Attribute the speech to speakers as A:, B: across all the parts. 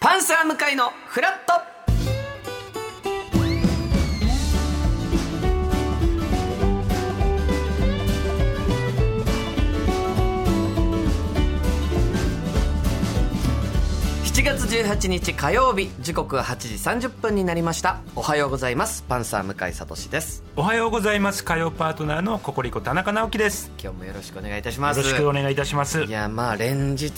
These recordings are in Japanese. A: ー向かいのフラット7月18日火曜日時刻は8時30分になりましたおはようございますパンサー向井聡です
B: おはようございます火曜パートナーのココリコ田中直樹ですよ
A: 今日もよろしくお願いいたします
B: ろしくお願いいたします
A: いやまあ連日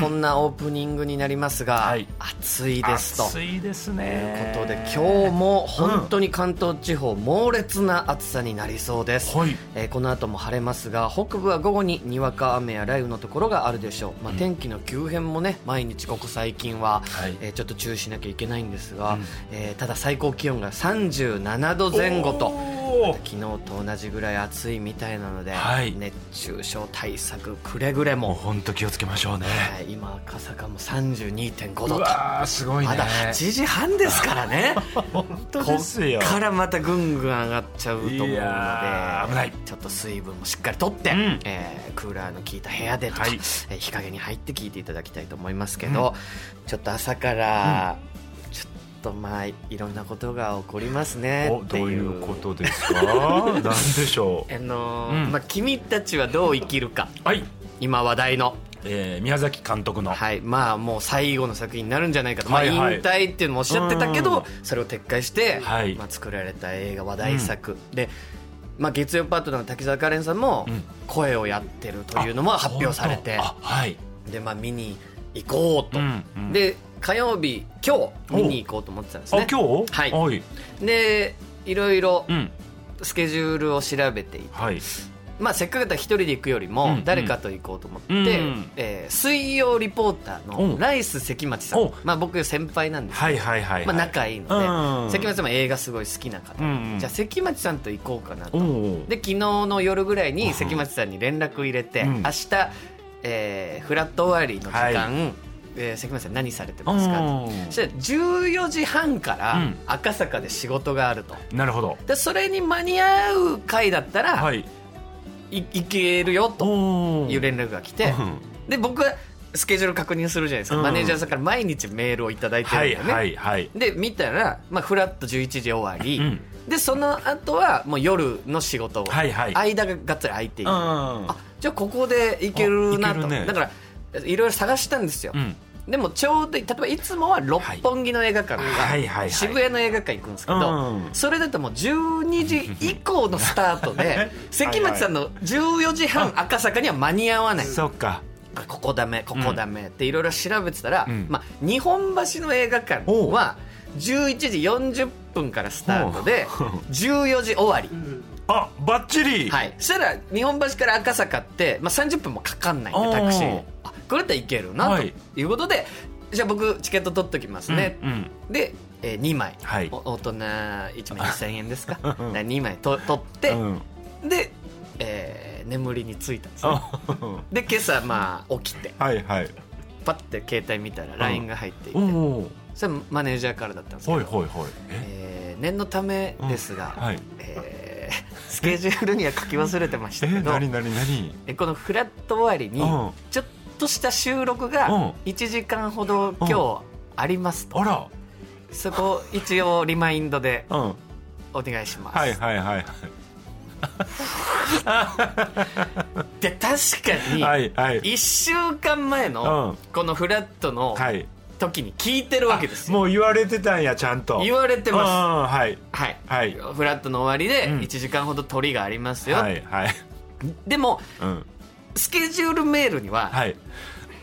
A: こんなオープニングになりますが、
B: はい
A: 暑いですと
B: 暑いですね
A: ということで今日も本当に関東地方猛烈な暑さになりそうです、
B: はい
A: えーこの後も晴れますが北部は午後ににわか雨や雷雨のところがあるでしょう、まあ、天気の急変もね毎日ここ最近は、
B: はい
A: えーちょっと注意しなきゃいけないんですが、えーただ最高気温が37度前後と。
B: おー
A: 昨日と同じぐらい暑いみたいなので、
B: はい
A: 熱中症対策くれぐれ
B: もう
A: も、
B: 本当気をつけましょうね
A: はい今赤坂も32.5度
B: う
A: と
B: わーすごいね
A: まだ8時半ですからね
B: 本当ですよ
A: こっからまたぐんぐん上がっちゃうと思うので
B: いやー危ない
A: ちょっと水分もしっかりとって、
B: うん
A: えークーラーの効いた部屋でとか、
B: はい
A: えー日陰に入って聞いていただきたいと思いますけど、ちょっと朝から、ちょっとまあいろんなことが起こりますね
B: お
A: って
B: どう
A: い
B: いううことですかなんで しょ
A: あのー
B: うん
A: まあ、君たちはどう生きるか
B: うはい、
A: 今話題の
B: えー、宮崎監督の
A: はい、まあもう最後の作品になるんじゃないかと、
B: はい
A: まあ、
B: はい
A: 引退っていうのもおっしゃってたけ
B: う
A: ど
B: ん
A: それを撤回して、
B: はい
A: まあ、作られた映画話題作、で、まあ、月曜パートナーの滝沢カレンさんも
B: うん
A: 声をやってるというのも発表されて
B: あはい
A: で、まあ、見に行こうと、
B: うんうん
A: で火曜日今日見に行こうと思ってたんです
B: あ
A: ね
B: 今日
A: はい
B: はい、
A: でいろいろ
B: うん
A: スケジュールを調べていて、
B: はい
A: まあ、せっかくだから一人で行くより
B: う
A: も
B: ん
A: 誰かと行こうと思って、
B: うんうん
A: えー水曜リポーター
B: う
A: の
B: ん
A: ライス関町さん
B: お
A: まあ、僕先輩なんですけど
B: はいはいはいはい
A: まあ、仲いいの
B: う
A: で
B: ん
A: 関町さんも映画すごい好きな方、
B: うんうん
A: じゃあ関町さんと行こうかなと
B: おー
A: で昨日の夜ぐらい
B: うん
A: に関町さんに連絡入れて、
B: うん
A: 明日、えーフラット終わりの時間、えー関町さん何されてますか
B: おー
A: そしたら14時半から
B: うん
A: 赤坂で仕事があると。
B: なるほど
A: でそれに間に合う回だったら、、
B: はいい
A: 行けるよと
B: おー
A: いう連絡が来て、
B: うん
A: で僕はスケジュール確認するじゃないですか、
B: うん
A: マネージャーさんから毎日メールを頂いただいてるん
B: は
A: だ
B: い
A: よね、
B: はいはい
A: で見たら、まあ、フラッと11時終わり、
B: うん
A: でその後はもう夜の仕事を、
B: はいはい
A: 間ががっつり空いている、あ
B: あ
A: じゃあここで行けるな
B: あ行け
A: と、
B: るね
A: だからいろいろ探したんですよ、
B: うん
A: でもちょうどいい例えばいつもは六本木の映画館とか、
B: はいはいはいはい
A: 渋谷の映画館行くんですけど、
B: うん
A: それだともう12時以降のスタート で関町さんの14時半赤坂には間に合わない
B: そっか
A: ここダメここダメっていろいろ調べてたら、
B: うん
A: まあ、日本橋の映画館は11時40分からスタート で
B: ほう
A: 14時終わり、
B: あバッチリ
A: はい、そしたら日本橋から赤坂って、まあ、30分もかかんないんでタクシー
B: おー
A: あこれだったらいけるな
B: は
A: と
B: い
A: いうことで、じゃあ僕チケット取っときますね、
B: うんうん
A: で、え2枚、
B: はい
A: お大人1枚2000円 ですか
B: うん
A: 2枚と取って、
B: うん
A: で、えー眠りについたんですね
B: あ
A: で今朝まあ起きて
B: はいはい
A: パッて携帯見たら LINE が入っていて、
B: おおはい
A: それマネージャーからだったんですけど、
B: はいはい
A: え
B: え
A: ー念のためですが、
B: はい
A: えー スケジュールには書き忘れてましたけ
B: え
A: ど
B: なになになに
A: えこのフラット終わりに
B: うん
A: ちょっとした収録
B: う
A: が
B: ん
A: 1時間ほど今日ありますと
B: あら
A: そこ一応リマインドで
B: うん
A: お願いします、
B: はいはいはいはい
A: で確か
B: は
A: に
B: いはい
A: 1週間前
B: うん
A: のこのフラットの
B: はい
A: 時に聞いてるわけですよ、
B: もう言われてたんやちゃんと
A: 言われてます
B: すはい
A: はい、
B: はい
A: フラットの終わりで
B: うん
A: 1時間ほど取りがありますよ、
B: はいはい
A: でも
B: うん
A: スケジュールメールには
B: はい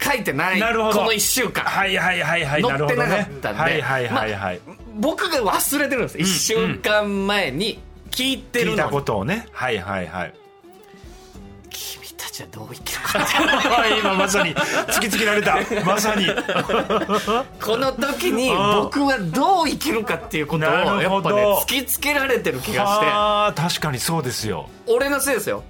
A: 書いてない、
B: なるほど
A: この1週間、
B: はいはいはいはいなるほど
A: 乗って
B: ね
A: なかったんで
B: はいはいはいはい
A: 僕が忘れてるんです1週間前に聞いて
B: 聞
A: る
B: い
A: の
B: た
A: に、
B: ことをねはいはいはい
A: 君たちはどう生きるか
B: 今まさに突きつけられたまさに
A: この時に
B: うん
A: 僕はどう生きるかっていうことを
B: なる
A: や
B: ほ
A: っぱ
B: ど
A: ね突きつけられてる気が
B: ああ確かにそうですよ
A: して俺のせいですよ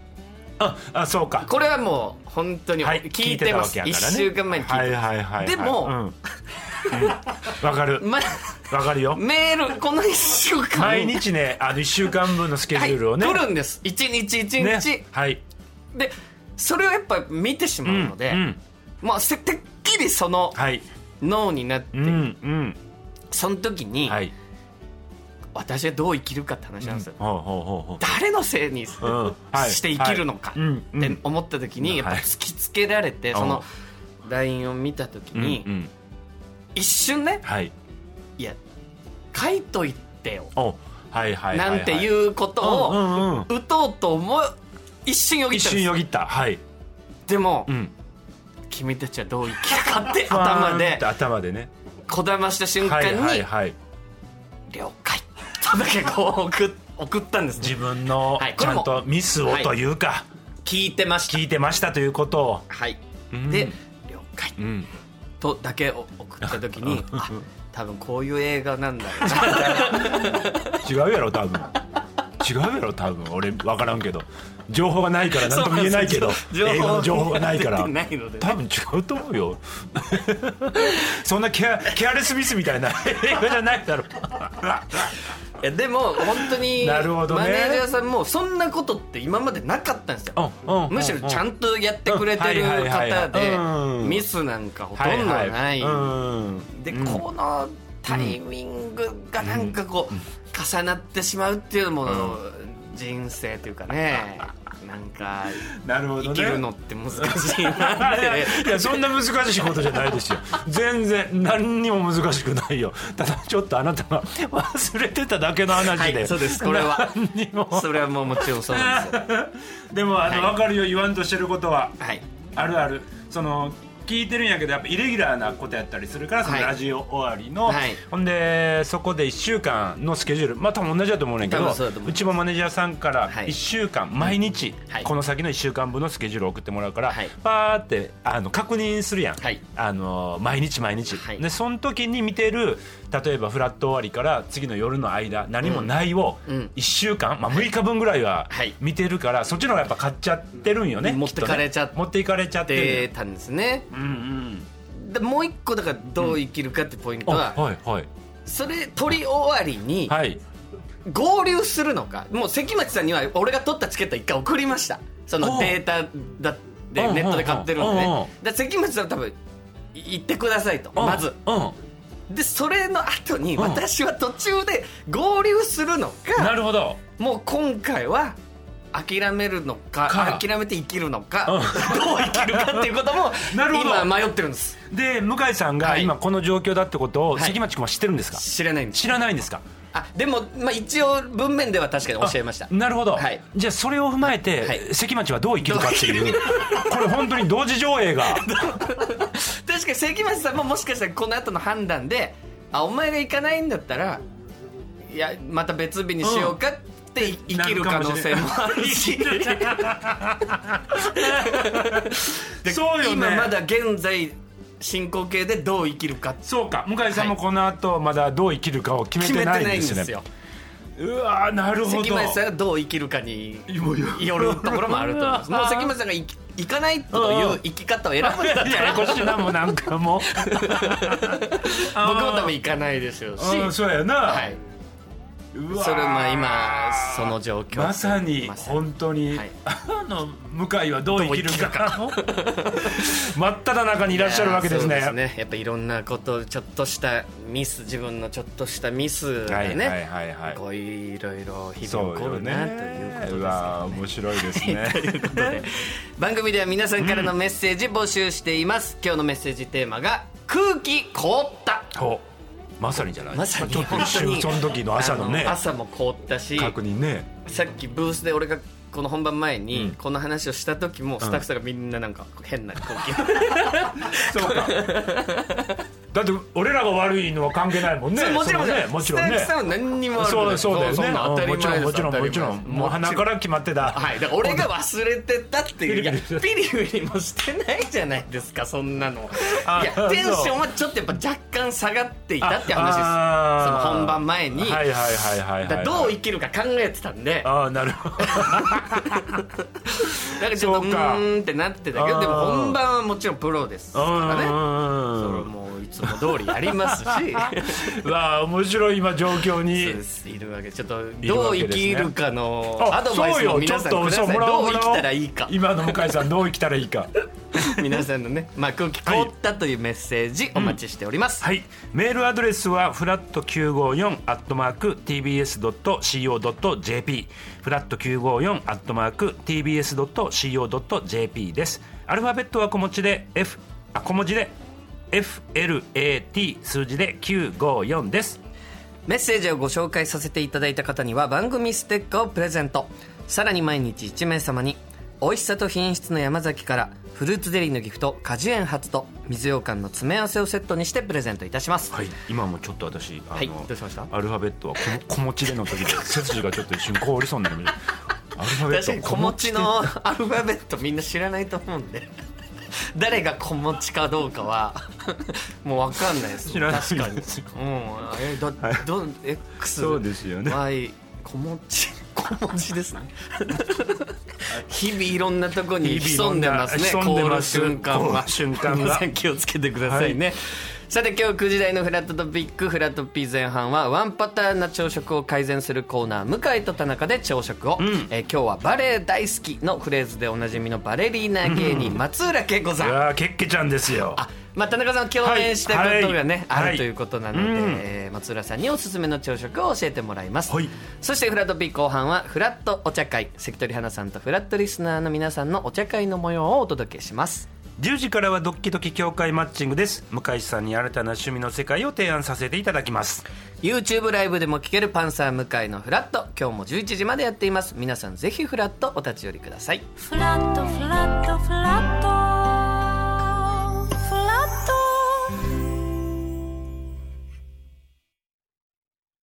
B: ああそうか
A: これはもう本当に
B: はい
A: 聞いてます、
B: 聞い
A: 1
B: たわけやからね
A: 週間前に聞いてます、
B: はいはいはいはい
A: でも
B: うんうんわかる
A: ま
B: わかるよ
A: メールこの1週間
B: 毎日ねあの1週間分のスケジュールをね
A: はい、来るんです一日一日、
B: ねはい
A: でそれをやっぱ見てしまうので、
B: うん
A: まあせてっきりその
B: はい
A: 脳になって、
B: うんうん
A: その時に、
B: はい
A: 私はどう生きるかって話なんですよ、
B: ほうほうほ
A: 誰のせいに、
B: うほううんはい
A: して生きるのか
B: はいうんうん
A: って思った時にやっぱ突きつけられて、
B: うん
A: その LINE を見た時
B: うん
A: に、
B: うん
A: 一瞬ね
B: はい
A: いや書いといてよ、
B: おはいはいはいは
A: なんて
B: う
A: いうこと
B: う
A: を
B: んうんうん
A: 打とうと思う一瞬よぎ
B: 一
A: ったん
B: 瞬
A: です
B: よぎったはい
A: でも、
B: うん
A: 君たちはどう生きるかって頭
B: ふわーんっ
A: で
B: て頭でね
A: こだました瞬
B: は
A: 間
B: いはい
A: に
B: はい
A: 「了解」とだけこう送っ送ったんです
B: 自分の
A: はいこ
B: ち
A: れ
B: ゃ
A: も
B: んとミスをというか
A: 聞いてました
B: 聞いてましたということを
A: はい
B: うん
A: で「了解
B: うん」
A: とだけを送った時 にあ多分こういう映画なんだろうな
B: 違うやろ多分違うやろ多分俺分からんけど情報がないから 何とも言えないけ
A: そう
B: ど
A: なんですよ
B: 映画の情報がないか ら
A: 出てないので
B: 多分違うと思うよ そんなケアケアレスミスみたいな 映画じゃないだろ
A: いやでも本当に
B: なるほどね
A: マネージャーさんもそんなことって今までなかったんですよむしろちゃ
B: ん
A: んとやってくれてる
B: うんはいはいはいは
A: 方
B: い
A: で
B: うん
A: ミスなんかほとんどないでこのタイミングがなんかこう重なってしまうっていうのも人生というか ねなんか
B: なるほど
A: 生
B: ね
A: きるのって難しいなっ
B: いや い
A: て
B: やそんな難しいことじゃないですよ全然何にも難しくないよただちょっとあなたが忘れてただけの話で、
A: はいそうですこれは
B: 何にも
A: それはもうもちろんそうなんですよ
B: でもあの、
A: はい
B: 分かるよ言わんとしてることは
A: はい
B: あるあるその聞いてるんやけどやっぱイレギュラーなことやったりするからそ
A: は
B: の
A: い
B: ラジオ終わりの、
A: はい
B: ほんでそこで1週間のスケジュールまあ多分同じだと思うねんけ
A: 多
B: ど
A: 分そうだと思う
B: ちもマネージャーさんから
A: はい
B: 1週間、毎日、
A: はい
B: この先の1週間分のスケジュールを送ってもらうから、
A: はい
B: パーってあの確認するやん、
A: はい
B: あの毎日毎日、
A: はい
B: でその時に見てる例えばフラット終わりから次の夜の間何もないを
A: うんうん
B: 1週間、まあ、6日分ぐらいは
A: はい
B: 見てるから、そっちの方がやっぱ買っちゃってるんよね
A: 持ってかれちゃっ
B: きとね持っていかれちゃってる
A: 出たんですね
B: うんうん
A: でもう一個だからどう生きるかってポイントは、
B: はいはい
A: それ取り終わりに
B: はい
A: 合流するのかもう関町さんには俺が取ったチケット一回送りましたそ
B: お
A: の
B: う
A: データだ
B: おうお
A: で
B: う
A: ネットで買ってるんで
B: おうおう
A: ねで関町さんは多分い行ってくださいとまず
B: う
A: でそれの後に
B: うん
A: 私は途中で合流するの
B: ん
A: か
B: なるほど
A: もう今回は諦めるのか
B: か
A: 諦めて生きるのか
B: う
A: ど
B: ん
A: う生きるかっていうことも
B: なるほど
A: 今迷ってるんです
B: で向井さんが
A: はい
B: 今この状況だってことを
A: はい
B: 関町君は知ってるんですか
A: 知らないんです
B: 知らないんですか
A: あでも、まあ、一応文面では確かに教えました
B: あなるほど
A: はい
B: じゃあそれを踏まえ
A: はい
B: て関町はどう生きるかっていうこれ本当に同時上映が
A: 確かに関町さんももしかしたらこの後の判断であお前が行かないんだったらいやまた別日にしようかって、い生きる可能性もあるし
B: そうよね
A: 今まだ現在進行形でどう生きるか
B: そうか向井さんもこの後まだどう生きるかを決め
A: 決
B: て
A: めてな
B: ないい
A: ん
B: ん
A: で
B: ですす
A: よ
B: ねうわーなるほど
A: 関町さんがどう生きるかに
B: もうよ
A: よるところもあると思いますもう関町さんが行き行かないという生き方を選ぶんだった
B: やや
A: ら
B: こしいなもうなんかもう
A: 僕も多分行かないでしょうし、
B: うんそうやな、
A: はい、
B: うわー
A: それまあ今その状況
B: まさに
A: まさ
B: 本当に、
A: はい
B: あの向井はどう生きるか
A: ど
B: の 真っ只中にいらっしゃるわけですね
A: いやーそうですねやっぱいろんなことちょっとしたミス自分のちょっとしたミスが
B: は
A: ね、
B: いはいはいはい
A: こういろいろ日
B: そ
A: 々起
B: う
A: こ
B: よ
A: る
B: ね
A: なということですよ
B: うわー面白いです ね
A: 番組では皆さんからのメッセージ募集しています、今日のメッセージテーマが「空気凍った
B: おまさにじゃな」い
A: まさに
B: ちょっと一
A: 本当に
B: 瞬その時の朝のね
A: あ朝も凍ったし
B: 確認ね
A: さっきブースで俺がこの本番前
B: うん
A: にこの話をした時もスタッフさんがみんななんか変な空気、
B: そうかだって俺らが悪いのは関係ないもんね
A: もちろん
B: そのねもちろん
A: スタッ
B: ね
A: フさんは何にもある
B: そうそうだよね
A: そんな当たり前
B: うん
A: です
B: もちろんもちろん
A: 当た
B: もち
A: り
B: ろん
A: 前
B: もう鼻から決まってた
A: はい、だから俺が忘れてたっていういや
B: ピ
A: ピ
B: リピリ
A: リピリもしてないじゃないですかそんなの
B: あ
A: いや
B: そう
A: テンションはちょっとやっぱ若干下がっていたって話ですそ
B: ああー
A: の本番前に、
B: はいはいはいはいはい、
A: だからどう生きるか考えてたんで だか
B: ああなるほど
A: らちょっとう
B: そうか
A: ーんってなってたけ
B: あ
A: ど
B: ー
A: でも本番はもちろんプロですからねそれ
B: う
A: もういつも通りやり ますし
B: んうわあ面白い今状況
A: そう
B: に
A: ですいるわけちょっと
B: いる
A: ど
B: わ
A: う
B: け
A: 生
B: ですね
A: きるかの
B: あ
A: アドバイスを
B: そうよ
A: 皆さんくだ
B: ちょっと
A: さい
B: そうもらお
A: どう
B: うも
A: 生
B: らおう
A: きたらいいか
B: 今の向井さんどう生きたらいいか
A: 皆さんの ね、まあ、空気凍ったというメッセージお待ちしております、
B: はい、メールアドレスはフラット九五四アットマーク TBS ドット CO ドット JP、フラット九五四アットマーク TBS ドット CO ドット JP です。アルファベットは小文字で F あ小文字で FLAT 数字で九五四です。
A: メッセージをご紹介させていただいた方には番組ステッカーをプレゼントさらに毎日1名様に美味しさと品質の山崎からフルーツゼリーのギフト果樹園初と水羊羹の詰め合わせをセットにしてプレゼントいたします、
B: はい、今もちょっと私あの、
A: はいどうしました
B: アルファベットは小小持ちでの時 で背筋がちょっと一瞬凍りそうになりました。アルファベッ
A: 確
B: ト
A: かに小持ちのアルファベットみんな知らないと思うんで誰が小持ちかどうかはもう分かんないです
B: 知らない
A: 確かに
B: ですよ
A: うんえだ、ど X
B: そうですよね
A: Y 小持ち 小持ちですね日々いろんなとこに潜んでますね
B: 日々いろんな
A: 凍る瞬間は
B: 瞬間は
A: 皆さん気をつけてくださいね、さて今日9時台のフラットトピックフラットピー前半はワンパターンな朝食を改善するコーナー向井と田中で朝食を、えー今日はバレエ大好きのフレーズでおなじみのバレリーナ芸人松浦恵子さん
B: いやーけっけちゃんですよ。
A: あまあ、田中さん共演したことがね、
B: はいはい
A: あるということなので、
B: はいうん
A: えー松浦さんにおすすめの朝食を教えてもらいます、
B: はい
A: そしてフラット B 後半はフラットお茶会関取花さんとフラットリスナーの皆さんのお茶会の模様をお届けします
B: 10時からはドッキドキ協会マッチングです向井さんに新たな趣味の世界を提案させていただきます
A: YouTube ライブでも聴けるパンサー向井のフラット今日も11時までやっています皆さんぜひフラットお立ち寄りください
C: フラットフラットフラット